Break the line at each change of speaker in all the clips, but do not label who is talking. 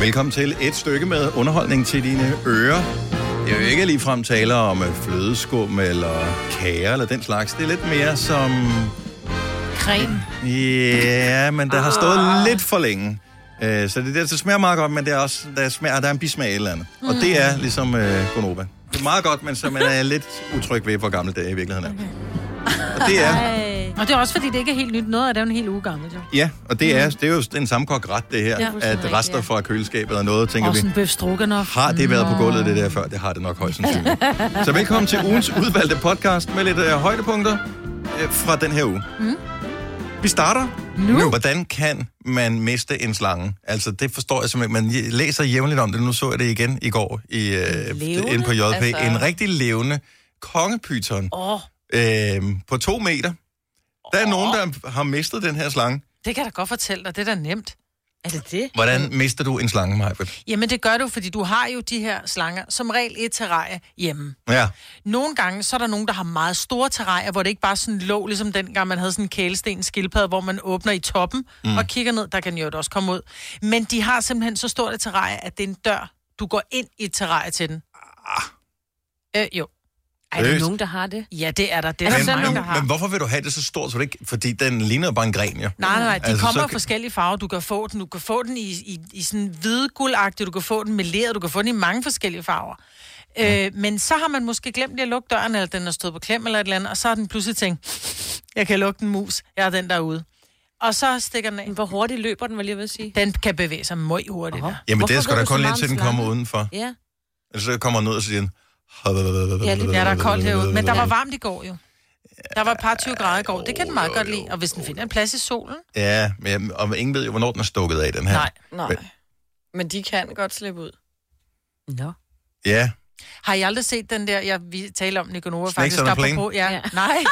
Velkommen til et stykke med underholdning til dine ører. Det er jo ikke ligefrem taler om øh, flødeskum eller kager eller den slags. Det er lidt mere som...
Creme.
Ja, men der har stået
Ah.
lidt for længe. Øh, Så det, der, det smager meget godt, men det er også, der, smager, der er en bismag af et eller andet. Og
Mm.
det er ligesom øh, Gonova. Det er meget godt, men så man er lidt utryg ved, hvor gammel det er i virkeligheden. Er. Og det er...
Og det er også fordi, det ikke er helt nyt. Noget af det er jo en hel uge gammel, jo.
Ja, og det er, det er jo den samme kok ret, det her.
Mm. Ja,
Ja, at
fuldstændig,
rester
ja.
fra køleskabet og noget, tænker
Også
vi.
en bøf stroganoff.
Har det været på gulvet, det der før? Det har det nok højst sandsynligt. Så velkommen til ugens udvalgte podcast med lidt øh, højdepunkter øh, fra den her uge. Mm. Vi starter nu. Hvordan kan man miste en slange? Altså, det forstår jeg simpelthen. Man j- læser jævnligt om det. Nu så jeg det igen i går i, øh,
Levende,
inde på JP. Altså...
altså.
En rigtig levende kongepyton
Åh, oh,
øh, på to meter. Der er nogen, der har mistet den her slange.
det kan jeg da godt fortælle dig. Det er da nemt.
Er det det?
Hvordan mister du en slange, Majbet?
Jamen, det gør du, fordi du har jo de her slanger, som regel et terrarie hjemme.
Ja.
Nogle gange, så er der nogen, der har meget store terrarier, hvor det ikke bare sådan lå, ligesom dengang man havde sådan en kælesten skildpadde, hvor man åbner i toppen mm. og kigger ned. Der kan den jo også komme ud. Men de har simpelthen så stort et terrarie, at det er en dør. Du går ind i et terrarie til den. Ah. Øh, jo.
Er der
Seriøst?
nogen, der har det?
Ja, det er der. Det er,
Men,
der mange, der
men,
har.
men hvorfor vil du have det så stort? Så det ikke, fordi den ligner jo bare en gren, jo.
Nej, nej, nej. De
Altså,
altså,
så
kommer i
kan-
forskellige farver. Du kan få den, du kan få den i, i, i sådan hvidguldagtig, du kan få den med ler, du kan få den i mange forskellige farver. Øh, men så har man måske glemt lige at lukke døren, eller den er stået på klem eller et eller andet, og så har den pludselig tænkt, jeg kan lukke den mus, jeg er den derude. Og så stikker den af.
Hvor hurtigt løber den, var jeg lige ved at sige?
Den kan bevæge sig møg hurtigt.
Aha.
der.
Jamen,
Hvorfor
det er sgu
ved
da
du så
kun
meget
lidt
om
til, den
slangen?
kommer udenfor.
Ja.
Ellers så kommer den ud og siger den...
Ja, det
Ja, der er koldt herude, men der var varmt i går jo. Der var et par 20 grader i går. Det kan den meget godt lide. Og hvis den finder en plads i solen...
Ja, men, og ingen ved jo, hvornår den er stukket af, den her.
Nej.
Nej. Men de kan godt slippe ud.
Nå.
Ja,
Har I aldrig set den der, jeg vi taler om Nikonova
Snakes
faktisk?
on a plane?
apropos- Ja. ja.
Ja.
Nej.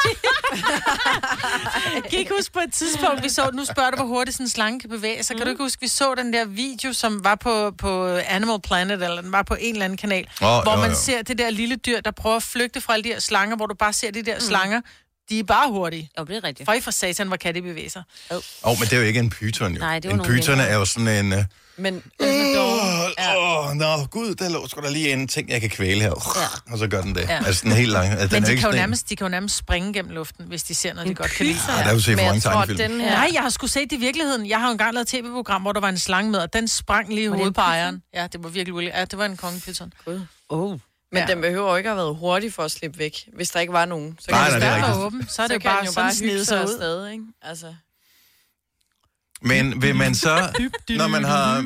jeg kan ikke huske på et tidspunkt, vi så, nu spørger du, hvor hurtigt sådan en slange kan bevæge sig. Kan du ikke huske, vi så den der video, som var på, på Animal Planet, eller den var på en eller anden kanal,
Åh,
hvor
jo,
man
jo.
ser det der lille dyr, der prøver at flygte fra alle de her slanger, hvor du bare ser de der slanger. De er bare hurtige.
Jo, det er rigtigt.
Føj for satan, hvor kan de bevæge sig.
Åh, oh, men det er jo ikke en pyton, jo.
Nej, det var
en
nogle
pyton
længere.
er jo sådan en... Åh,
Men altså, dog, ja.
uh, oh, nå, gud, der lå sgu da lige en ting, jeg kan kvæle her. Ja. Og så gør den det. Ja.
Ja.
Altså, den er helt lang. Altså, den
Men
er
de
ikke
kan, jo
sådan en-
nærmest, de kan jo nærmest springe gennem luften, hvis de ser noget, de godt kan lide.
Ej, der er jo set for
Men
mange
jeg tror,
tegnefilm.
den her...
Nej, jeg har sgu set det i virkeligheden. Jeg har jo engang lavet et tv-program, hvor der var en slange med, og den sprang lige i hovedet på ejeren. Ja, det var virkelig ulækkert. Ja, det var en kongepyton.
Oh.
Men
Ja.
den behøver jo ikke at have været hurtig for at slippe væk, hvis der ikke var nogen. Så
Nej,
kan
nej,
den
det er
bare-
Der
rigtigt.
var åben, så er
så
det
kan
jo bare
den jo
sådan
bare
snede
hygge sig
sig ud.
afsted, ikke? Altså.
Men vil man så, når man har,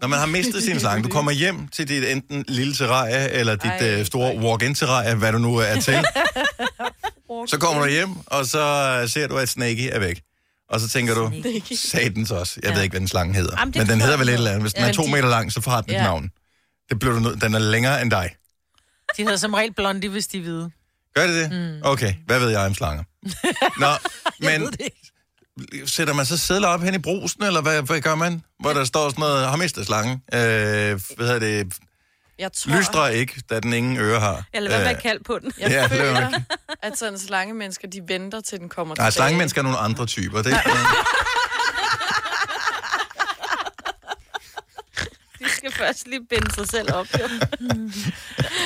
når man har mistet sin slange, du kommer hjem til dit enten lille terrarie, eller dit
Ej,
øh, store walk-in terrarie, hvad du nu er til, så kommer du hjem, og så øh, ser du, at Snakey er væk. Og så tænker du, satans også. Jeg ved ikke, hvad den slange hedder.
Jamen, det
men den
forstår
hedder vel
jeg
et eller andet. Hvis den er
Ja,
to
de-
meter lang, så får den et
Ja.
navn. Det bliver du nød. Den er længere end dig.
De hedder som regel blondie, hvis de er hvide.
Gør det det? Okay, hvad ved jeg om slanger? Nå, men sætter man så sædler op hen i brusen, eller hvad, hvad gør man? Hvor der står sådan noget, har mistet slangen. Øh, hvad hedder det?
Jeg tror,
Lystre ikke, da den ingen ører har.
Eller hvad
Øh,
man kaldt på den.
jeg
Ja,
ja,
det er jo
føler, at sådan slangemennesker, de venter til den kommer
Nej,
tilbage.
slangemennesker er nogle andre typer. Det er ikke
De skal først lige binde sig selv op. Jo.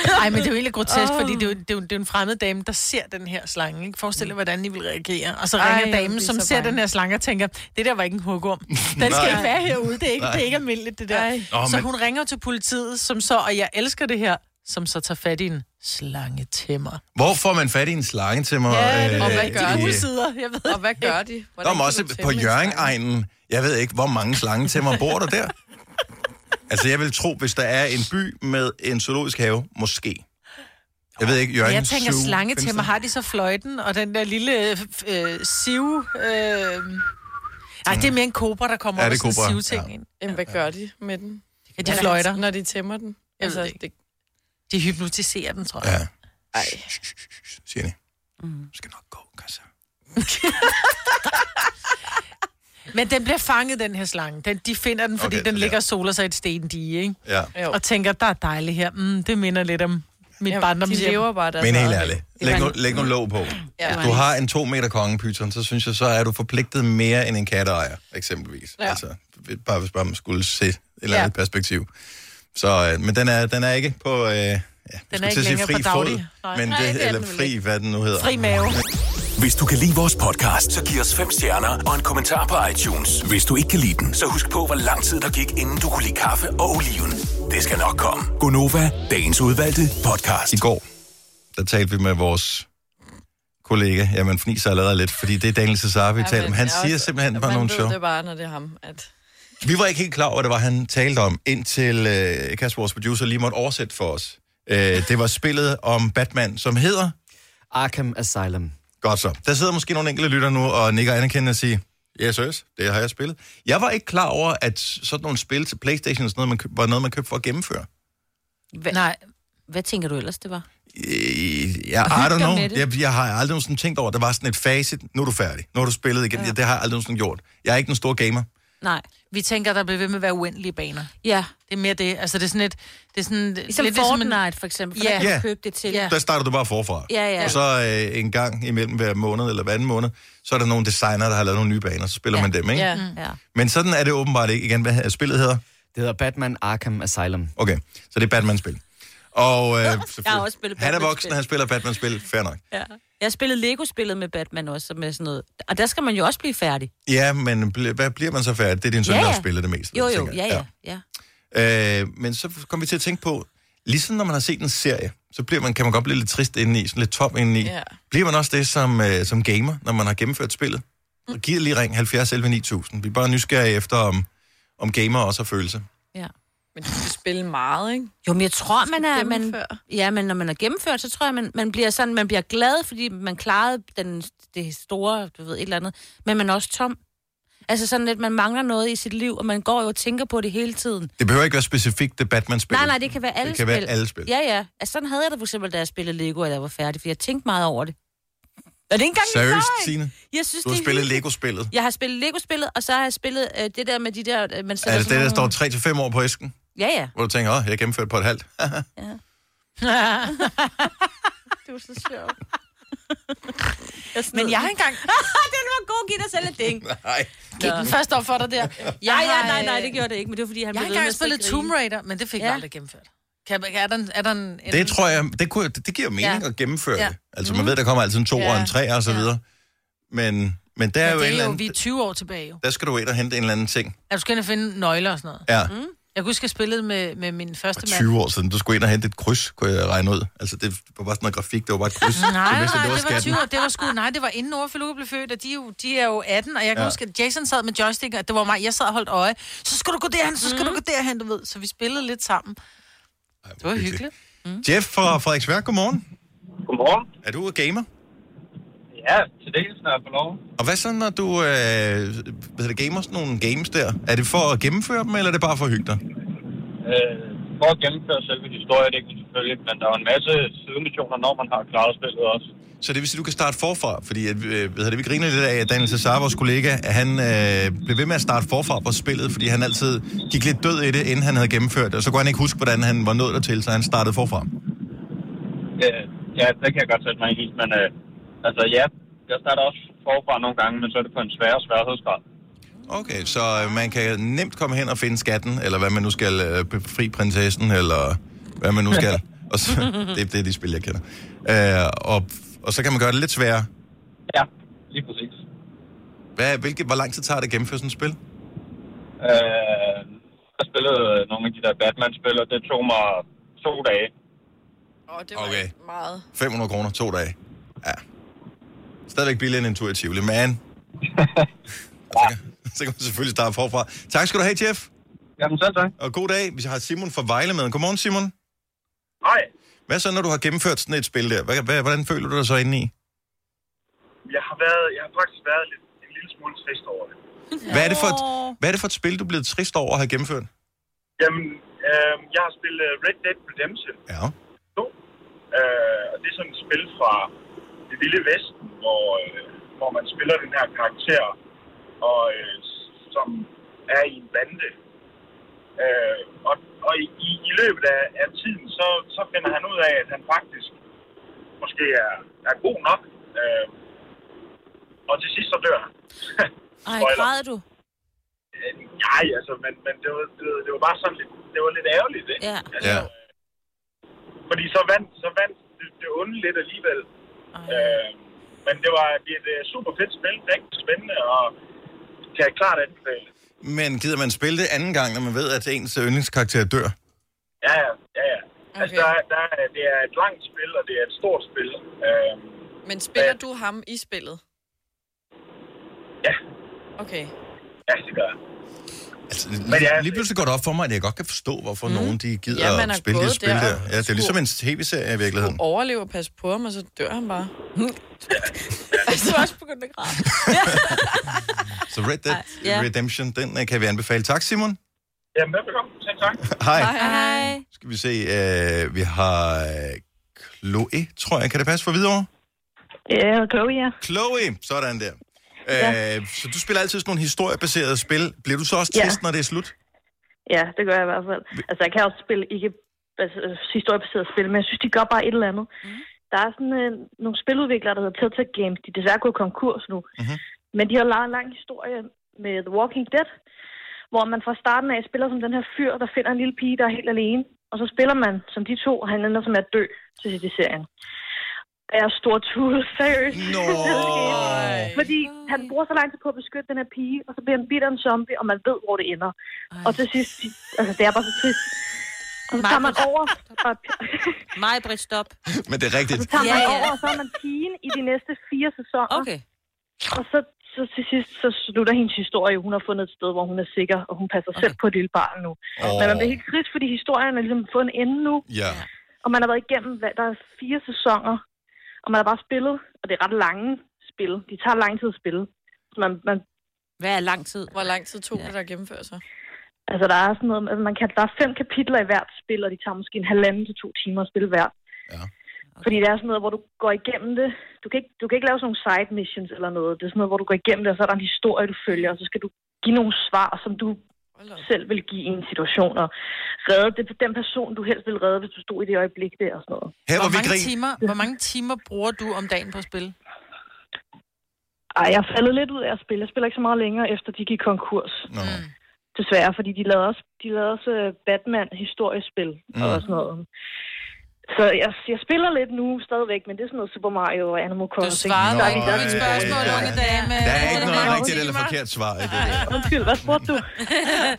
Nej, men det er jo egentlig grotesk, fordi det er, jo, det, er jo, det er jo en fremmed dame, der ser den her slange. Ikke? Forestil dig, hvordan de vil reagere. Og så
Ej,
ringer
jeg
damen,
bliver
som
så
ser
bange.
den her slange og tænker, det der var ikke en hugorm. Den
Nej.
skal ikke være herude. Det er ikke, det er
Nej.
ikke almindeligt, det der.
Ej.
Nå,
så
men-
hun ringer til politiet, som så, og jeg elsker det her, som så tager fat i en slangetæmmer.
Hvor får man fat i en slange til mig?
Ja, det
Øh,
er
og hvad
i-
gør de?
Gule sider, jeg ved.
Og hvad gør de? Hvordan
Nå, men
kan
også
du tæmme
på
en slange?
Jørgen-egnen. Jeg ved ikke, hvor mange slange til mig bor der der? Altså, jeg vil tro, hvis der er en by med en zoologisk have, måske. Jeg ved ikke, Jørgen
Jeg tænker,
Zoo,
slange
findes
til mig,
der?
har de så fløjten, og den der lille øh, f- øh, siv... Øh... Ej, det er mere en kobra, der kommer
Ja,
ja,
det
over
er
sådan
kobra,
en sivting
ja.
ind.
Jamen, hvad gør de med den?
Ja, de fløjter.
Når de tæmmer den? Altså,
Jeg ved ikke.
det,
De hypnotiserer den, tror jeg.
Ja.
Ja.
ej.
Siger de. Mm. Skal nok gå, Kassa.
Men den bliver fanget, den her slange. Den, de finder den, fordi
Okay,
okay, den
ja.
ligger og soler sig i et sten dige, ikke?
Ja.
Jo.
Og tænker, der er dejligt her. Mm, det minder lidt om mit
Jamen, de
barndomshjem.
lever bare der.
Men helt ærligt, læg,
var
nu,
en-
læg nu låg på.
Ja.
Hvis du har en to meter konge, Python, så synes jeg, så er du forpligtet mere end en katteejer, eksempelvis. Ja.
Ja.
Altså, bare hvis bare man skulle se et eller
Ja.
andet perspektiv. Så, øh, men den er, den er ikke på... Øh, ja, den
ikke længere på daglig. Nej.
men
Nej,
det,
det er den
eller
vel
fri, hvad den nu hedder.
Fri mave.
Hvis du kan lide vores podcast, så giv os fem stjerner og en kommentar på iTunes. Hvis du ikke kan lide den, så husk på, hvor lang tid der gik, inden du kunne lide kaffe og oliven. Det skal nok komme. Gonova, dagens udvalgte podcast.
I går, der talte vi med vores kollega, jamen fniser allerede lidt, fordi det er Daniel Cesar, vi ja, talte om. Han siger simpelthen bare nogle sjove.
Man ved det bare, når det er ham, at...
Vi var ikke helt klar over, hvad det var, han talte om, indtil øh, Kasper, vores producer, lige måtte oversætte for os. Øh, det var spillet om Batman, som hedder...
Arkham Asylum.
Godt så. Der sidder måske nogle enkelte lytter nu og nikker anerkendende og siger, yes, yes, det har jeg spillet. Jeg var ikke klar over, at sådan nogle spil til Playstation og sådan noget, man køb, var noget, man købte for at gennemføre.
Hva,
Nej,
Hvad tænker du ellers, det var?
Øh, Jeg,
Og hygge
I don't
dig
know.
med det.
Jeg, jeg har aldrig nogensinde tænkt over, at der var sådan et facit. Nu er du færdig. Nu har du spillet igen. Ja. det har jeg aldrig nogensinde gjort. Jeg er ikke den store gamer.
Nej.
vi tænker, der bliver ved med at være uendelige baner.
Ja.
Det er mere det. Altså, det er sådan et... Det er sådan, lidt
Ligesom Lidt
ligesom en-
Fortnite, for eksempel. For
Ja.
ja. der kan
Ja.
du købe det til.
Ja.
Der starter du bare forfra.
Ja, ja.
Og så øh, en gang imellem hver måned eller hver anden måned, så er der nogle designer, der har lavet nogle nye baner, så spiller ja.
Ja.
man dem, ikke?
Ja.
Mm. ja.
Men sådan er det åbenbart ikke. Igen, hvad spillet hedder?
Det hedder Batman Arkham Asylum.
Okay, så det er Batman-spil. Og øh, selvfølgelig-
Jeg har også spillet
han er
Batman-spil.
voksen, han spiller Batman-spil, fair nok.
ja. Jeg spillede Lego-spillet med Batman også, med sådan noget. Og der skal man jo også blive færdig.
Ja, men bl- hvad bliver man så færdig? Det er din søn,
Ja,
der
ja.
har spillet det mest.
Jo, jo,
tænker
ja,
jeg.
ja. ja.
Øh, men så kom vi til at tænke på, ligesom når man har set en serie, så bliver man, kan man godt blive lidt trist indeni, sådan lidt tom indeni.
Ja.
Bliver man også det som, øh, som gamer, når man har gennemført spillet? Og giver lige ring 70 11 9000. Vi er bare nysgerrige efter, om, om gamer også har følelser.
ja.
Men de skal spille meget, ikke?
Jo, men jeg tror, man er... Man,
gennemføre.
ja, men når man er gennemført, så tror jeg, man, man bliver sådan, man bliver glad, fordi man klarede den, det store, du ved, et eller andet. Men man er også tom. Altså sådan lidt, man mangler noget i sit liv, og man går jo og tænker på det hele tiden.
Det behøver ikke være specifikt det Batman-spil.
Nej, nej, det kan være alle
Det kan
spil.
være alle spil.
Ja, ja. Altså, sådan havde jeg det for eksempel, da jeg spillede Lego, og jeg var færdig, for jeg tænkte meget over det. Er det ikke engang en
Seriøst,
løgn?
Signe?
Jeg synes,
Du har
det er
spillet
hyggeligt.
Lego-spillet.
Jeg har spillet Lego-spillet, og så har jeg spillet øh, det der med de der... Øh, man sætter
Er det Altså, det,
sådan
der står
nogle-
3-5 år på æsken?
Ja, ja.
Hvor du tænker, åh, jeg gennemførte på et halvt.
Det var så sjovt.
Men jeg har engang...
Den var god, giv dig selv et ding.
nej.
Gik den først op for dig der.
Ja,
Jeg
ja,
har,
nej, nej,
øh,
det gjorde det ikke, men det var, fordi han
Jeg har
blev ved med
engang
at sidde
spillet Tomb
og grine.
Raider, men det fik ja.
Ja.
jeg aldrig gennemført. Kan, er der en, er der en, en
Det tror jeg, det, kunne, det giver mening ja.
Ja.
at gennemføre ja.
Ja. Mhm.
det. Altså, man ved, der kommer altid en to ja. og en tre og så
Ja.
videre. Men, men der
Ja,
er
det
jo
er
en
jo,
eller
vi er
anden,
20 år tilbage jo.
der skal du ind og hente en eller anden ting.
At du skal ind og finde nøgler og sådan noget.
Ja,
Jeg kan huske, jeg spillede med, med min første mand.
20 år siden, du skulle ind og hente et kryds, kunne jeg regne ud. Altså, det var bare sådan noget grafik, det var bare et kryds.
Nej,
Du
nej,
vidste, at
det var,
skatten.
20 år. Det var sgu, nej, det var inden Nora Feluca blev født, og de, er jo, de er jo 18, og jeg kan
Ja.
ja. huske, at Jason sad med joystick, og det var mig, jeg sad og holdt øje. Så skal du gå derhen, så
Mhm.
skal mm. du gå derhen, du ved. Så vi spillede lidt sammen.
Ej,
Det var hyggeligt. Mhm.
Jeff fra Frederiksværk, godmorgen.
Godmorgen.
Er du gamer?
Ja, til dels, når jeg får lov.
Og hvad så, når du øh, hvad hedder det, gamer sådan nogle games der? Er det for at gennemføre dem, eller er det bare for at hygge dig?
Øh, for at gennemføre selve historiedækken selvfølgelig, men der er jo en masse sidemissioner, når man har klaret spillet også.
Så det vil sige, du kan starte forfra, fordi at, øh, hvad hedder det, vi griner lidt af, at Daniel Cesar, vores kollega, at han øh, blev ved med at starte forfra på spillet, fordi han altid gik lidt død i det, inden han havde gennemført det, og så kunne han ikke huske, hvordan han var nået dertil, så han startede forfra.
Øh, ja, det kan jeg godt sætte mig ind i, men øh, altså ja, jeg starter også forfra nogle gange, men så er det på en sværere sværhedsgrad.
Okay, så øh, man kan nemt komme hen og finde skatten, eller hvad man nu skal, øh, befri prinsessen, eller hvad man nu skal. Og så, det, det er de spil, jeg kender. Øh, og, og så kan man gøre det lidt sværere.
Ja, lige præcis.
Hvad, hvilket, hvor lang tid tager det at gennemføre sådan et spil?
Øh, jeg spillede øh, nogle af de der Batman-spil, og det tog mig to dage.
Åh, oh, det var okay.
Okay.
meget.
500 kroner, to dage. Ja. Stadigvæk billigere end en tur i Tivoli, men... så, kan, så kan man selvfølgelig starte forfra. Tak skal du have, Jeff,
Jamen selv tak.
og god dag. Vi har Simon fra Vejle med. Godmorgen, Simon.
Hej.
Hvad så, når du har gennemført sådan et spil der? Hvad, hvad, hvordan føler du dig så inde i?
Jeg har, været, jeg har faktisk været lidt, en lille smule trist over det.
Hvad er det for et, hvad er det for et spil, du er blevet trist over at have gennemført?
Jamen, øh, jeg har spillet øh, Red Dead Redemption
Ja.
2. Øh, og det er sådan et spil fra det vilde vesten, hvor, øh, hvor man spiller den her karakter, og, øh, som er i en bande. Øh, og og i, i, i løbet af, af tiden, så, så finder han ud af, at han faktisk måske er, er god nok. Øh, og til sidst så dør han.
Ej,
Spoiler.
græd du?
Øh, Nej, altså, men, men det, var, det, var- det var bare sådan lidt, det var lidt ærgerligt, ikke?
Ja.
Altså,
Ja.
Fordi så vandt, så vandt det, det onde lidt alligevel. Øh, men det var et uh, super fedt spil, rigtig spændende, og kan jeg klart anbefale.
Men gider man spille det anden gang, når man ved, at ens yndlingskarakter dør?
Ja, ja, ja. ja. Altså,
Okay.
der, er- der, er- det er et langt spil, og det er et stort spil. Øh,
Men spiller du ham i spillet?
ja,
Okay.
ja, det gør jeg.
Altså,
ja,
lige, lige pludselig går det op for mig, at jeg godt kan forstå, hvorfor mm. nogen de gider
Ja, man
ja, at
har
spille det
gået
spil
der
der.
og
Ja, det er ligesom
skulle-
en tv-serie i virkeligheden.
Overlever, pas på ham, og så dør han bare.
Du er også begyndt at græde.
Så Red Dead
ja.
Redemption, den øh, kan vi anbefale. Tak, Simon.
Jamen, velbekomme. Selv tak.
Hej.
Hej.
Skal vi se, øh, vi har øh, Chloe, tror jeg. Kan det passe for videre?
Ja, og Chloe, ja.
Chloe, sådan der. Øh, så du spiller altid sådan nogle historiebaserede spil. Bliver du så også
Ja.
trist, når det er slut?
Ja, det gør jeg i hvert fald. Altså, jeg kan også spille ikke bas- øh, historiebaseret spil, men jeg synes, de gør bare et eller andet. Mm. Der er sådan øh, nogle spiludviklere, der hedder Telltale Games. De er desværre gået konkurs nu.
Mhm.
Mm-hmm. Men de har lavet en lang historie med The Walking Dead, hvor man fra starten af spiller som den her fyr, der finder en lille pige, der er helt alene. Og så spiller man som de to, og han ender som at dø til sidst i serien. Og Jeg er stor tude, seriøst.
Nå.
Fordi han bruger så lang tid på at beskytte den her pige, og så bliver han bitter en zombie, og man ved, hvor det ender. Og til sidst, altså det er bare så trist. Og så tager man over, og,
Mig, Britt, stop.
Men det er rigtigt.
så tager man
Ja, ja.
over, og så er man pigen i de næste fire sæsoner.
Okay.
Og så, så til sidst, så slutter hendes historie. Hun har fundet et sted, hvor hun er sikker, og hun passer okay. selv på et lille barn nu.
Åh.
Oh. Men man bliver helt trist, fordi historien er ligesom fået en ende nu,
Ja.
og man har været igennem, hvad, der er fire sæsoner, og man har bare spillet, og det er ret lange spil. De tager lang tid at spille. Så man, man
Hvad er lang tid?
Hvor lang tid tog det, der gennemfører sig?
Altså, der er sådan noget, altså, man kan, der er fem kapitler i hvert spil, og de tager måske en halvanden til to timer at spille hver.
Ja.
Fordi det er sådan noget, hvor du går igennem det. Du kan, ikke, du kan ikke lave sådan nogle side missions eller noget. Det er sådan noget, hvor du går igennem det, og så er der en historie, du følger, og så skal du give nogle svar, som du
Hold op.
selv vil give i en situation, og redde det, den person, du helst vil redde, hvis du stod i det øjeblik der og sådan noget.
Her var
Hvor
vi
mange,
grin.
timer, hvor mange timer bruger du om dagen på at spille?
Ej, jeg er faldet lidt ud af at spille. Jeg spiller ikke så meget længere, efter de gik konkurs.
Nå.
desværre, fordi de lavede også, de lavede også øh, Batman-historiespil mm. og sådan noget. Så jeg, jeg spiller lidt nu stadigvæk, men det er sådan noget Super Mario og Animal
Du
Crossing.
svarer
Nå,
dig ikke på mit
ja,
spørgsmål,
ja, ja.
unge dame.
Der er ikke
Hvor
noget
mange
rigtigt eller
timer-
forkert svar i det der.
Undskyld, hvad spurgte du?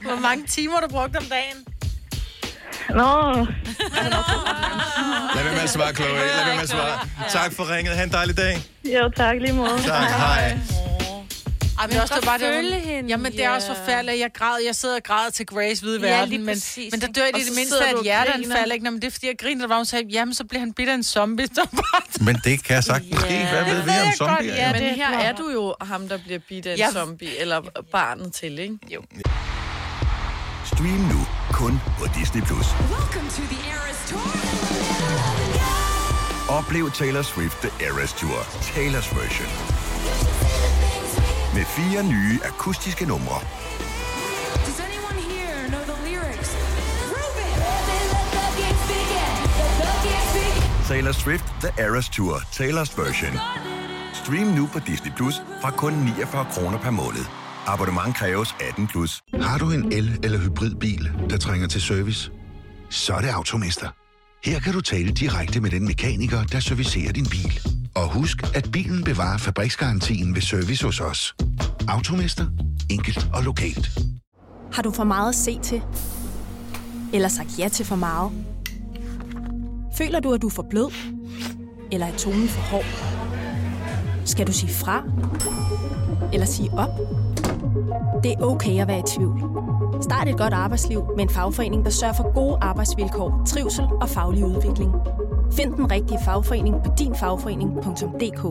Hvor mange timer du brugte om dagen?
Nå,
Lad være med at svare, Chloe. Lad være med at svare. Tak for ringet. Ha' en dejlig dag.
jo tak lige måde.
Tak. Hej.
Ej, men, men også, det var det,
følge
var-
hende,
Jamen, det er
ja.
også forfærdeligt. Jeg græd, jeg sidder og græder til Grace hvide
Ja,
verden,
lige
men,
præcis,
men der
ikke?
dør det
Og
i det
så
mindste
sidder
af
du
et
og
hjerteanfald,
griner.
ikke? Nå, men det er, fordi jeg griner, der var, hun sagde, jamen, så bliver han bitter af en zombie. Så bare,
Men det kan jeg sagtens ske. Hvad ved vi
ved
om
jeg godt,
zombier?
ja.
Ja.
Men
det
her
tror
er
jeg.
du jo ham, der bliver bidt af en
Jeg-
zombie, eller barnet til, ikke? Jo.
Stream nu kun på Disney+. Plus. Oplev Taylor Swift The Eras Tour, Taylor's version. Med fire nye akustiske numre. Taylor Swift The Eras Tour, Taylor's version. Stream nu på Disney Plus fra kun 49 kroner per måned. Abonnement kræves 18 plus.
Har du en el- eller hybridbil, der trænger til service? Så er det Automester. Her kan du tale direkte med den mekaniker, der servicerer din bil. Og husk, at bilen bevarer fabriksgarantien ved service hos os. Automester. Enkelt og lokalt.
Har du for meget at se til? Eller sagt ja til for meget? Føler du, at du er for blød? Eller er tonen for hård? Skal du sige fra? Eller sige op? Det er okay at være i tvivl. Start et godt arbejdsliv med en fagforening, der sørger for gode arbejdsvilkår, trivsel og faglig udvikling. Find den rigtige fagforening på dinfagforening.dk.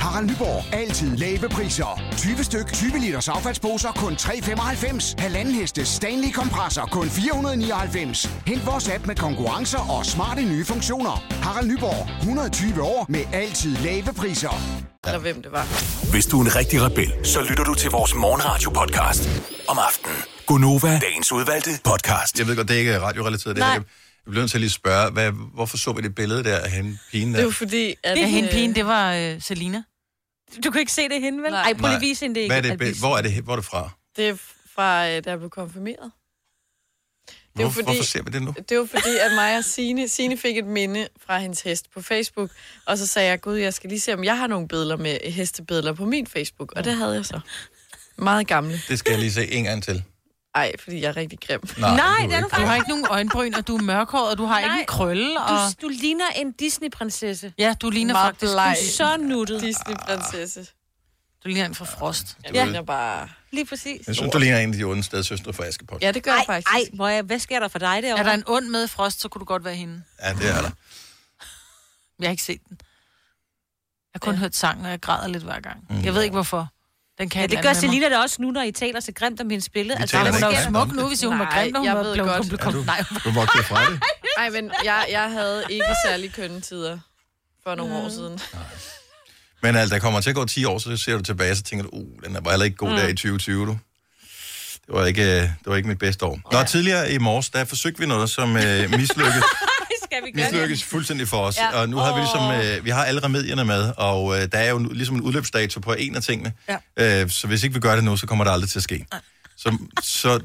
Harald Nyborg. Altid lave priser. 20 styk, 20 liters affaldsposer kun 3,95. Halvanden heste Stanley kompresser kun 499. Hent vores app med konkurrencer og smarte nye funktioner. Harald Nyborg. 120 år med altid lave priser.
Eller hvem det var.
Hvis du er en rigtig rebel, så lytter du til vores morgenradio-podcast om aftenen. Gunova, dagens udvalgte podcast.
Jeg ved godt, det er ikke radiorelateret. Det her.
Nej.
Jeg bliver nødt til at lige spørge, hvad, hvorfor så vi det billede der af hende, pigen der?
Det var fordi, at...
Det er hende
øh,
pigen, det var øh, Selina.
Du kan ikke se det henne, vel? Nej. Ej, prøv lige at vise hende det
Hvad er det, bill- hvor, er det, hvor er det fra?
Det er fra, øh, da jeg blev konfirmeret. Det er jo
Hvor, fordi... Hvorfor ser vi det nu?
Det var fordi, at mig og Signe, Signe fik et minde fra hendes hest på Facebook, og så sagde jeg, gud, jeg skal lige se, om jeg har nogle billeder med hestebilleder på min Facebook, og det havde jeg så. Meget gamle.
Det skal jeg lige se en gang til.
Ej, fordi jeg er rigtig grim.
Nej,
Nej,
det er du
du har ikke nogen øjenbryn, og du er mørkhåret, og du har Nej. ikke en krølle. Og...
Du, du ligner en Disney-prinsesse.
Ja, du ligner Meget faktisk
bleg.
en
så nuttet.
Disney-prinsesse.
Du ligner en fra Frost.
Du
Ja.
ved-
Jeg bare...
Lige præcis.
Jeg synes, du ligner en af de onde stedsøstre fra Askepot.
Ja, det gør jeg
ej,
faktisk.
Ej, hvor jeg, hvad sker der for dig derovre?
Er der en ond med i Frost, så kunne du godt være hende.
Ja, det er der.
Jeg har ikke set den. Jeg har kun ja. hørt sangen, og jeg græder lidt hver gang. Mm. Jeg ved ikke, hvorfor. Den kan et
Ja,
eller
det gør
andet med mig.
Selina da også nu, når I taler så grimt om hendes billede. Altså,
Vi taler
Hun
da
er
ikke
jo smuk
grimt om
nu,
det.
hvis hun var
Nej,
grim, når hun
jeg
var
ved
blevet
godt.
Ja, du,
komplikom. Nej,
du voksede fra det.
Nej, men jeg, jeg havde ikke særlig kønne tider for nogle
Mm.
år siden.
Men altså, der kommer til at gå 10 år, så ser du tilbage, så tænker du, uh, den var heller ikke god mm. der i 2020, du. Det var, ikke, øh, det var ikke mit bedste år. Nå, tidligere i morges, der forsøgte vi noget, som øh, mislykkedes,
Skal vi gøre det?
mislykkedes fuldstændig for os. Ja.
Ja.
Og nu har vi ligesom, øh, vi har alle remedierne med, og øh, der er jo nu- ligesom en udløbsdato på en af tingene. Ja. Øh, så hvis ikke vi gør det nu, så kommer det aldrig til at ske. Så, så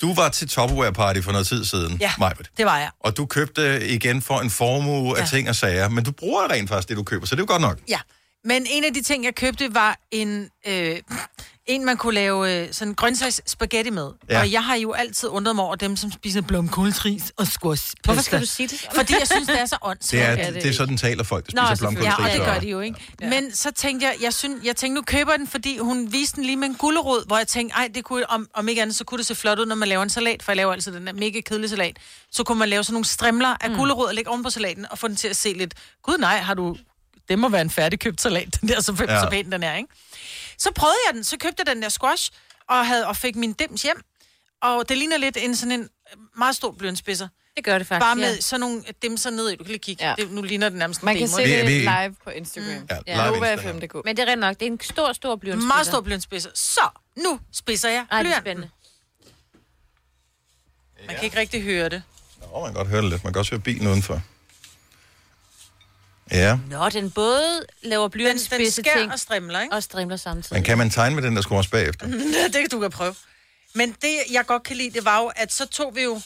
du var til Tupperware Party for noget tid siden,
Ja.
Majbert.
det var jeg.
Og du købte igen for en formue af ja.
Ja.
ting og sager, men du bruger rent faktisk det, du køber, så det er jo godt nok.
Ja, men en af de ting, jeg købte, var en, øh, en man kunne lave øh, sådan grøntsags spaghetti med.
Ja.
Ja. Og jeg har jo altid undret mig over dem, som spiser blomkåltris og squash.
Hvorfor skal du sige det?
Fordi jeg synes, det er så
Det
åndssvagt.
er, det, det er sådan, taler folk, der spiser blomkålstrik.
Ah, selvfølgelig. Ja, og det
så-
gør de jo, ikke? Ja. Men så tænkte jeg, jeg, synes, jeg tænkte, nu køber jeg den, fordi hun viste den lige med en gullerod, hvor jeg tænkte, ej, det kunne, om, om ikke andet, så kunne det se flot ud, når man laver en salat, for jeg laver altid den der mega kedelige salat. Så kunne man lave sådan nogle strimler af mm. gullerod og lægge oven på salaten, og få den til at se lidt, gud nej, har du, det må være en færdigkøbt salat, den der, så,
Ja.
ja. så pæn den er, ikke? Så prøvede jeg den, så købte jeg den der squash, og, havde, og fik min dims hjem, og det ligner lidt en sådan en øh, meget stor blyantspidser.
Det gør det faktisk,
Bare med
ja.
sådan nogle dimser ned i. Du kan lige kigge. Ja.
Ja.
Det, nu ligner den nærmest en
Man kan
demo,
se
ikke?
Vi-
det
vi-
live på Instagram.
Ja,
Mm. Ja,
live
Nova
Instagram.
FM.dk.
Men det er rent nok. Det er en stor, stor blyant.
Meget stor blyantspidser. Så, nu spidser jeg
Ej, det er
blyanten.
spændende.
Man kan ikke rigtig høre det.
Nå, man kan godt høre det lidt. Man kan også høre bilen udenfor. Ja,
Nå, den både laver
Den, den
blyantspidse
skærer
ting
og strimler, ikke?
og strimler samtidig.
men kan man tegne med den, der skulle også bagefter?
det kan du kan prøve. Men det, jeg godt kan lide, det var jo, at så tog vi jo...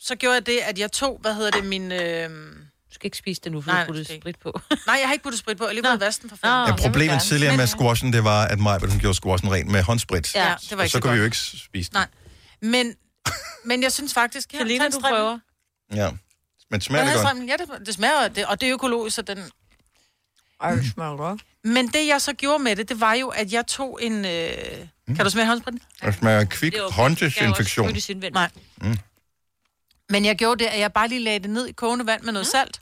Så gjorde jeg det, at jeg tog, hvad hedder det, min... Øh...
Du skal ikke spise det nu, for
Nej,
du
nej,
har puttet
det skal
sprit på.
Nej, jeg har ikke puttet sprit på. Jeg har lige været vasken for fanden.
Ja,
Nå.
problemet
gerne.
tidligere med squashen, det var, at Maja, hun gjorde squashen ren med håndsprit.
Ja, det var
og
ikke
så
så,
kunne
godt.
vi jo ikke spise den.
Nej. Men, men jeg synes faktisk... Her,
Selina,
tag en
du
strimel.
prøver.
Ja. Men smager
Jeg
det
havde
godt?
strimlen. Ja, det, det smager, og det, og det er økologisk, så den,
Ej, det smager godt.
Men det, jeg så gjorde med det, det var jo, at jeg tog en... Øh... Mm. Kan du smage håndspritten?
Det smager kvik hånddesinfektion.
Nej. Mm. Men jeg gjorde det, at jeg bare lige lagde det ned i kogende vand med noget mm. salt,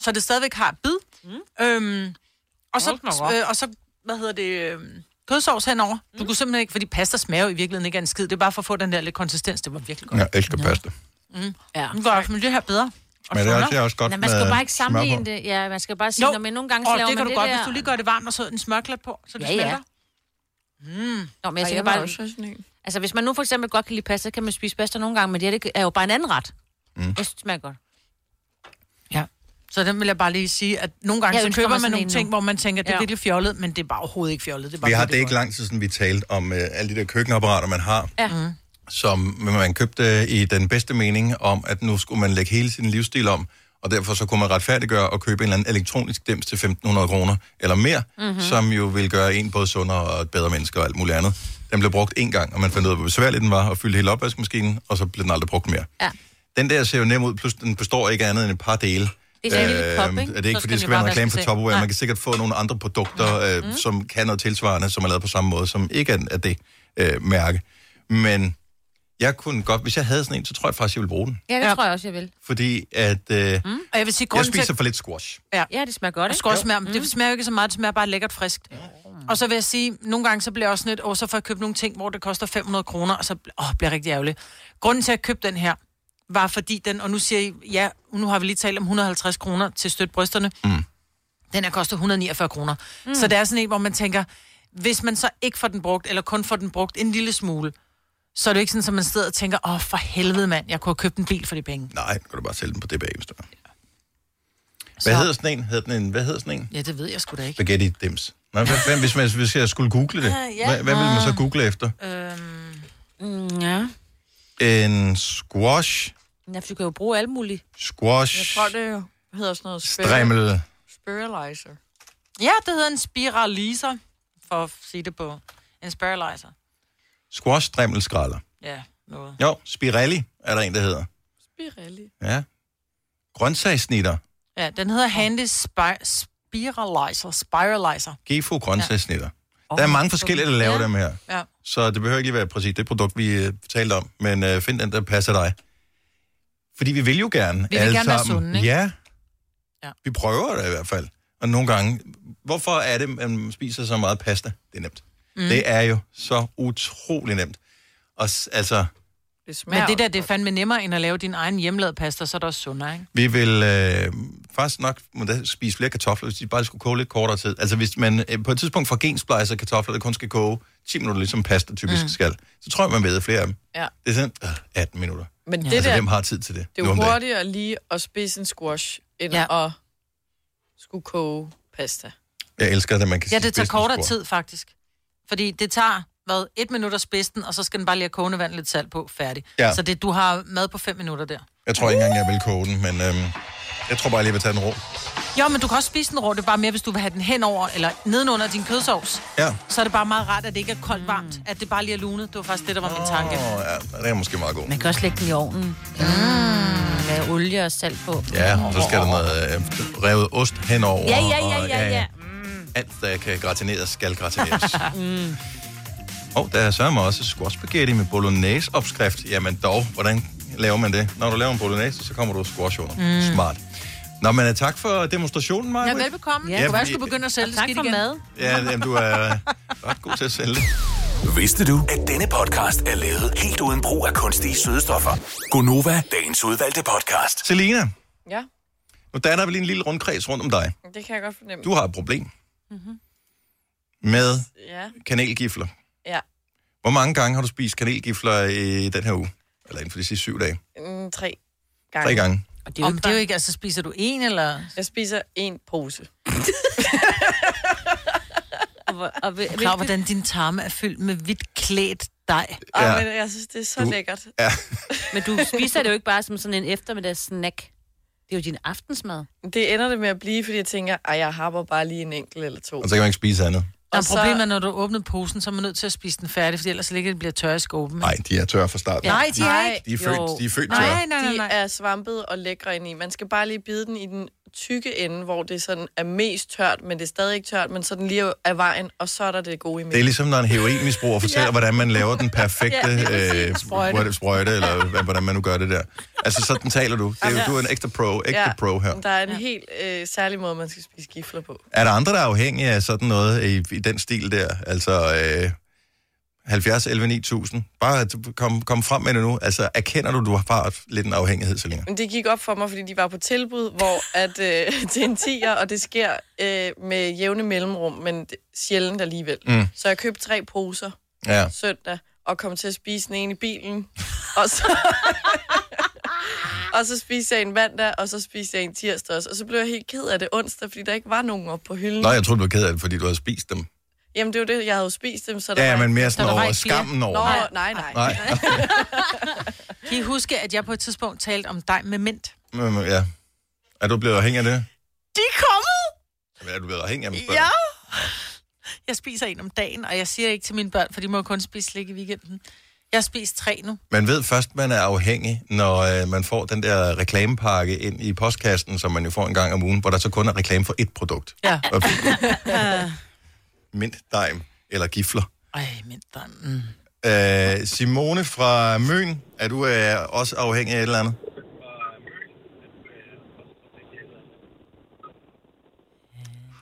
så det stadigvæk har bid. Mm. Øhm, og, så, øh, og så, hvad hedder det, øh, kødsovs henover. Mm. Du kunne simpelthen ikke, fordi pasta smager jo i virkeligheden ikke af en skid. Det er bare for at få den der lidt konsistens. Det var virkelig godt.
Jeg elsker pasta.
Ja.
Nu går jeg men det her bedre. Og
Men det er
sundere.
også, det er også godt
Nej, man skal jo
med
bare ikke
smør på.
sammenligne det. Ja, man skal bare sige,
Jo.
når man nogle gange så
Og
laver
det
man
kan
det
du godt,
der...
hvis du lige gør det varmt, og så en smørklat på, så det
Ja, ja.
smelter.
Nå, men jeg
Ej,
tænker
jeg var
bare...
også sådan en.
Altså, hvis man nu for eksempel godt kan lide pasta, så kan man spise pasta nogle gange, men det, her, det er jo bare en anden ret. Mm. Jeg synes, det smager godt.
Ja. Så den vil jeg bare lige sige, at nogle gange
Jeg
så
ønsker
køber
mig
man
sådan
nogle
en
ting,
nu.
hvor man tænker, det er
Ja.
virkelig fjollet, men det er bare overhovedet ikke fjollet. Det er bare
Vi har
virkelig
det ikke
godt.
lang tid siden, vi talte om øh, alle de der køkkenapparater, man har,
Ja.
som man købte i den bedste mening om, at nu skulle man lægge hele sin livsstil om, og derfor så kunne man retfærdiggøre at købe en eller anden elektronisk dims til 1.500 kroner eller mere, mm-hmm. som jo vil gøre en både sundere og et bedre menneske og alt muligt andet. Den blev brugt én gang, og man fandt ud af, hvor besværlig den var, og fyldte hele opvaskemaskinen, og så blev den aldrig brugt mere.
Ja.
Den der ser jo nem ud, plus den består ikke af andet end et par dele.
Det er sådan en lille pop, ikke?
Øh, Øhm, Er det
Så
ikke, fordi
skal
det
den
skal
jo
være en
bare
reklame for
vaskes af.
Tupperware?
Nej.
Man kan sikkert få nogle andre produkter, øh, mm. som kan noget tilsvarende, som er lavet på samme måde, som ikke er af det øh, mærke. Men Jeg kunne godt, hvis jeg havde sådan en, så tror jeg faktisk, jeg ville bruge den.
Ja, det ja. tror jeg også, jeg vil.
Fordi at, øh, mm.
Og jeg vil sige,
jeg
grunden til,
spiser for lidt squash.
Ja.
ja, det smager godt,
ikke? Og smager, mm. Det smager jo ikke så meget, det smager bare lækkert friskt. Og så vil jeg sige, nogle gange så bliver jeg også sådan lidt, åh, så får jeg købt nogle ting, hvor det koster 500 kroner, og så åh, bliver jeg rigtig ærgerlig. Grunden til, at jeg købte den her, var fordi den, og nu siger I, ja, nu har vi lige talt om 150 kroner til støt brysterne.
Mm.
Den her koster 149 kroner. Mm. Så det er sådan en, hvor man tænker, hvis man så ikke får den brugt, eller kun får den brugt en lille smule, så er det jo ikke sådan, at man sidder og tænker, åh, for helvede mand, jeg kunne have købt en bil for de penge.
Nej, nu kan du bare sælge den på det bageste. Hvad
Så-
hedder sådan en? Hedder den en? Hvad hedder sådan en?
Ja, det ved jeg sgu da ikke.
Spaghetti dims. Nej, hvad, hvad, hvis, man, hvis jeg skulle google det,
Ah, ja.
hvad, hvad ville man så google efter?
Øhm,
Mm, ja.
En squash,
ja, for du kan jo bruge alt muligt.
Jeg
squash,
tror, det hedder sådan noget
dremmel.
spiralizer.
ja, det hedder en spiraliser, for at sige det på. En spiraliser.
Squash, dremmel, skralder.
Ja, noget.
Jo, spirelli er der en, der hedder.
Spirelli.
Ja. Grøntsagsnitter.
Ja, den hedder Handy Spir- Spiralizer. Spiralizer.
Gefo grøntsagsnitter. Ja. Der er mange forskellige, der laver ja. dem her.
Ja.
Så det behøver ikke lige være præcis det produkt, vi øh, talte om. Men øh, find den, der passer dig. Fordi vi vil jo gerne
vil
alle
gerne være
sammen.
sunde, ikke?
Ja.
Ja.
Vi prøver det i hvert fald. Og nogle gange, hvorfor er det, man spiser så meget pasta? Det er nemt. Mm. Det er jo så utrolig nemt. Og s- altså,
Det smager
Men det
også
der, det er fandme nemmere, end at lave din egen hjemlavede pasta, så er det også sundere, ikke?
vi vil øh, faktisk nok må da spise flere kartofler, hvis de bare skulle koge lidt kortere tid. Altså hvis man øh, på et tidspunkt får gensplejser kartofler, der kun skal koge 10 minutter, ligesom pasta typisk mm. skal, så tror jeg, man ved flere af dem.
Ja.
Det er sådan øh, 18 minutter.
Men det
Det altså,
der,
hvem har tid til det?
det er
nu om
jo
dagen?
hurtigere lige at spise en squash, end
Ja.
ja. at skulle koge pasta.
Jeg elsker det, man kan
Ja,
sige
det tager
business
kortere
score.
tid, faktisk. Fordi det tager, hvad, et minut at spidse den, og så skal den bare lige have kogende vand lidt salt på, færdig.
Ja.
Ja. Så det, du har mad på fem minutter der.
Jeg tror ikke engang, jeg vil koge den, men øhm, jeg tror bare, jeg lige vil tage den rå.
Jo, men du kan også spise den rå, det er bare mere, hvis du vil have den henover, eller nedenunder din kødsovs.
Ja.
Så er det bare meget rart, at det ikke er
Mm.
koldt varmt, at det bare lige er lunet. Det var faktisk det, der var min tanke.
Åh, ja, det er måske meget god.
Man kan også lægge den i ovnen. Mm. Med olie og salt på.
Ja, og så skal der noget øh, revet ost henover.
Ja, ja, ja,
og,
ja, Mm. ja.
Alt, der kan gratineres, skal gratineres.
Mm.
Og der er sørme også squash spaghetti med bolognese-opskrift. Jamen dog, hvordan laver man det? Når du laver en bolognese, så kommer du squash under. Mm. Smart. Nå, men øh, tak for demonstrationen, Maja.
Ja, velbekomme.
Ja,
Ja, du kan
fordi-
også skulle begynde at sælge det
Tak
skidt
for
igen.
mad.
Ja, jamen, du er ret god til at sælge det.
Vidste du, at denne podcast er lavet helt uden brug af kunstige sødestoffer? Gonova, dagens udvalgte podcast.
Selina,
Ja,
nu danner vi lige en lille rundkreds rundt om dig.
det kan jeg godt fornemme.
Du har et problem mm-hmm.
Mhm.
med
Ja,
kanelgifler.
ja.
Hvor mange gange har du spist kanelgifler i den her uge? Eller inden for de sidste syv dage?
Mm, tre gange.
Tre gange.
Og det er jo
Om
ikke
det er jo ikke, altså spiser du en, eller...
Jeg spiser en pose.
bare... Og, og,
Klar, hvordan din tarme er fyldt med hvidt klædt dej.
Og,
Ja.
ja. men jeg synes, det er så
Du-
du... lækkert.
Ja,
Men du spiser det jo ikke bare som sådan en eftermiddags snack. Det er jo din aftensmad.
Det ender det med at blive, fordi jeg tænker, at jeg happer bare lige en enkelt eller to.
og så kan man ikke spise andet.
Der er
Og så-
problemet, er, når du åbner posen, så er man nødt til at spise den færdig, for ellers ligger det bliver tørre i skåben.
Nej, de er tørre fra starten.
Nej, de er
Nej.
ikke.
De er født,
Jo.
de er født tørre.
Nej, nej, nej,
De
nej.
er svampede og lækre ind i. Man skal bare lige bide den i den tykke ende, hvor det sådan er mest tørt, men det er stadig ikke tørt, men så den lige af vejen, og så er der det gode i
Det er
midten.
ligesom, når en heroinmisbruger fortæller, ja. hvordan man laver den perfekte
Ja, lige
ja, øh, sprøjte. sprøjte, eller hvad- hvordan man nu gør det der. Altså, sådan taler du. Det er, jo- Du er en ekstra pro, ekstra ja. pro her.
men Der er en helt øh, særlig måde, man skal spise gifler på.
Er der andre, der er afhængige af sådan noget i, i den stil der? Altså øh, 70, 11, 9000. Bare t- kom, kom frem med det nu. Altså, erkender du, du har bare lidt en afhængighed, Selina?
Men det gik op for mig, fordi de var på tilbud, hvor at, øh, til en tiger, og det sker øh, med jævne mellemrum, men det- sjældent alligevel.
Mm.
Så jeg købte tre poser
Ja.
søndag, og kom til at spise den ene i bilen, og så... og så spiste jeg en mandag, og så spiste jeg en tirsdag også. Og så blev jeg helt ked af det onsdag, fordi der ikke var nogen oppe på hylden.
Nå, jeg troede, du var ked af det, fordi du havde spist dem.
Jamen, det var det, jeg havde jo spist dem, så der
Ja, ja
var...
men mere
der
sådan
var
over
ikke flere.
skammen over.
Nå,
Nej.
nej, nej. nej.
Nej.
Kan I huske, at jeg på et tidspunkt talte om dig med mint?
Men, men, ja. Er du blevet afhængig af det?
De er kommet!
Jamen, Er du blevet afhængig af dem?
Ja! Jeg spiser en om dagen, og jeg siger ikke til mine børn, for de må jo kun spise slik i weekenden. Jeg har spist tre nu.
Man ved først, man er afhængig, når øh, man får den der reklamepakke ind i postkassen, som man jo får en gang om ugen, hvor der så kun er reklame for ét produkt.
Ja.
Og- Mint, dime eller gifler.
Ej, mint, der... Mm.
Øh, Øh, Simone fra Møn, er du øh, også afhængig af et eller andet?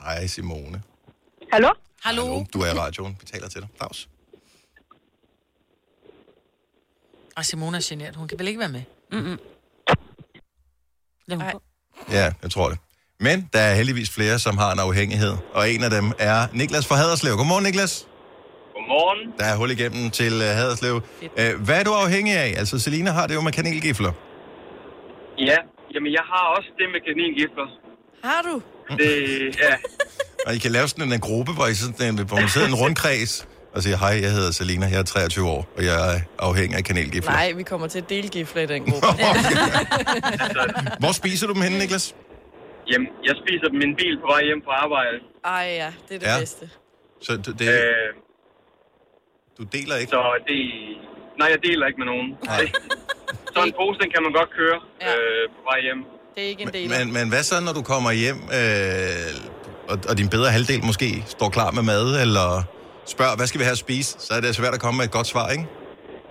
Hej Simone.
Hallo?
Hallo?
Du er i radioen. Vi taler til dig. Claus.
Og Simone er generet. Hun kan vel ikke være med? Mm-mm. Lad hun gå.
Ja, jeg tror det. Men der er heldigvis flere, som har en afhængighed. Og en af dem er Niklas fra Haderslev. Godmorgen, Niklas.
Godmorgen.
Der er hul igennem til uh, Haderslev. Uh, hvad er du afhængig af? Altså, Selina har det jo med kanelgifler.
Ja, jamen jeg har også det med kaningifler.
Har du?
Det, ja,
Og I kan lave sådan en gruppe, hvor I sådan, hvor man sidder i en rundkreds og siger, hej, jeg hedder Selina, jeg er 23 år, og jeg er afhængig af kanelgifler.
Nej, vi kommer til at dele gifler i den gruppe.
altså,
Hvor spiser du dem henne, Niklas?
jamen jeg spiser dem i en bil på vej hjem fra arbejde.
Ej ja, det er det
Ja.
ja. bedste.
Så d- det,
øh,
du deler ikke?
Så det, nej, jeg deler ikke med nogen. så en pose, den kan man godt køre ja. øh, på vej hjem.
Det er ikke en del.
Men, men hvad så, når du kommer hjem, øh, og, og din bedre halvdel måske står klar med mad, eller spørger, hvad skal vi have at spise? Så er det svært at komme med et godt svar, ikke?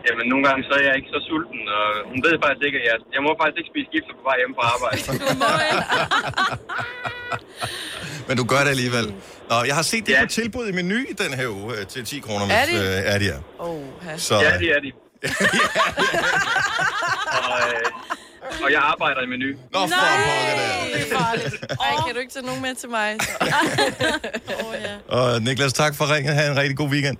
Jamen, nogle gange så er jeg ikke så sulten, og hun ved faktisk ikke, at jeg, jeg må faktisk ikke spise gifter på vej hjem fra arbejde.
Men du gør det alligevel. Nå, jeg har set det på tilbud i menu i den her uge øh, til 10 kroner,
Er
hvis
det?
øh, er det her.
Oh,
Så-
Ja, det er de. og, øh, og jeg arbejder i menu.
Nå,
for Nej! pokker Det er farligt. Ej, kan du ikke tage nogen med til mig? Åh, oh, ja.
Og Niklas, tak for ringet. Ha' en rigtig god weekend.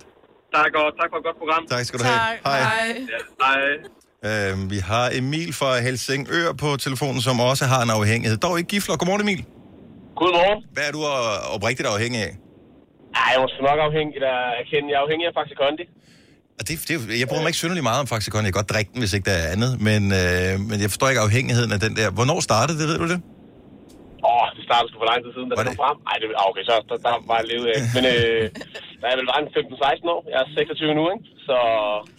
Tak, og tak for et godt program.
Tak skal du have. Hej.
Ja, hej.
Øh, vi har Emil fra Helsingør på telefonen, som også har en afhængighed. Dog ikke gifler. Godmorgen, Emil.
Godmorgen.
Hvad er du øh, oprigtigt afhængig af?
Ej, jeg var sgu nok afhængig af at kende. Jeg er afhængig af faktisk kondi.
Og Det, det, jeg bruger mig ikke synderlig meget om faktisk kun. Jeg kan godt drikke den, hvis ikke der er andet. Men, øh, men jeg forstår ikke afhængigheden af den der. Hvornår startede det, ved du det?
Åh, oh, det startede sgu for lang tid siden, da det kom frem. Ej, det, ah, okay, så der, der var jeg levet af. Men øh, da jeg vel var en 15-16 år, jeg er 26 nu, ikke? Så...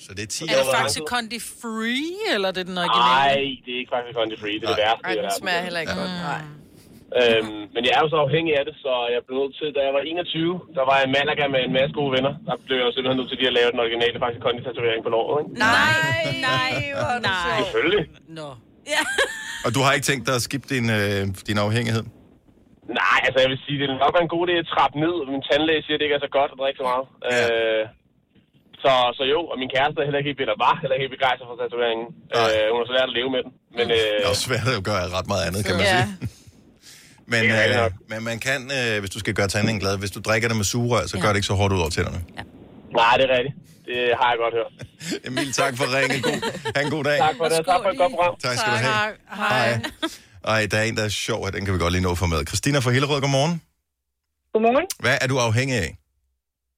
Så det er 10
Er det faktisk Condi Free, eller er det den originale?
Nej, det er ikke faktisk kondi free. Det er det værste.
Ej,
i
den
verden.
smager heller ikke godt.
Nej.
Øhm, men jeg er jo så afhængig af det, så jeg blev nødt til, da jeg var 21, der var jeg i Malaga med en masse gode venner. Der blev jeg jo simpelthen nødt til lige at lave den originale faktisk kondi-tatovering på låret, ikke?
Nej, nej, nej.
Selvfølgelig.
Nå.
Og du har ikke tænkt dig at skifte din, øh, din afhængighed?
Nej, altså jeg vil sige, det er nok en god idé at trappe ned. Min tandlæge siger, at det ikke er så godt at drikke så meget. Ja. Øh, så, så jo, og min kæreste er heller ikke helt, eller var heller ikke helt begejstret for tatoveringen. Øh, hun har så lært at leve med den. Men, øh,
Det er også svært at gøre ret meget andet, kan man
Ja.
sige. Men, øh, men man kan, øh, hvis du skal gøre tanden glad, hvis du drikker det med sugerør, så gør det ikke så hårdt ud over tænderne.
nej, det er rigtigt. Det har jeg godt hørt.
Emil, tak for ringen. God, ha' en god dag.
Tak for det. Tak for et godt program.
Tak skal du have.
Hej.
Ej, der er en, der er sjov, og den kan vi godt lige nå for med. Christina fra Hillerød, godmorgen.
Godmorgen.
Hvad er du afhængig af?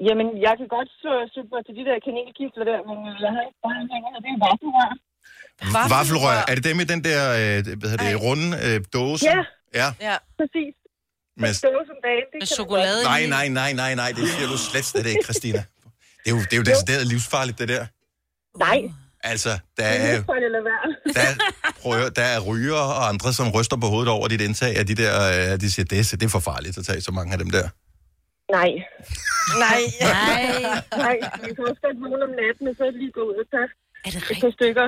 Jamen, jeg kan godt sø- søge mig til de der kanelkifler der, men jeg har ikke bare hænger, det er vaffelrør.
Vaffelrør. Vaffelrør. Er det dem i den der øh, hvad hedder det, runde øh, dåse?
Ja.
Ja.
Ja.
Præcis.
Med,
Stål som dagen, det kan man godt.
nej, nej, nej, nej, nej, det siger du slet slet ikke, Christina. Det er jo, det er jo decideret livsfarligt, det der.
Nej,
Altså, der
det
er,
er for eller være.
prøv at høre, der er ryger og andre, som ryster på hovedet over dit indtag af de der, øh, de siger, det, er- det er for farligt at tage så mange af dem der.
Nej.
Nej.
Nej. Nej, vi kan også godt vågne om natten, og så lige gå ud og tage
er det
et par stykker,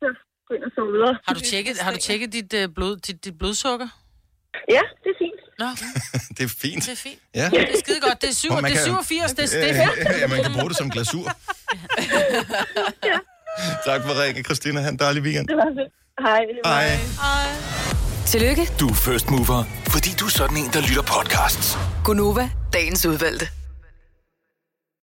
så gå ind og sove videre.
Har du tjekket, har du tjekket dit, øh, blod, dit, dit blodsukker?
Ja, det er fint.
Nå,
Det er fint.
det er fint.
Ja.
Det er skide godt. Det er, syv,
Hvor man
det er
kan-
87, det er
Øh,
stift.
Ja, man kan bruge det som glasur. tak for ringen, Christina. Ha' en dejlig weekend.
Det var det. Hej.
Hej.
Tillykke,
Du er first mover, fordi du er sådan en, der lytter podcasts.
Gunova, dagens udvalgte.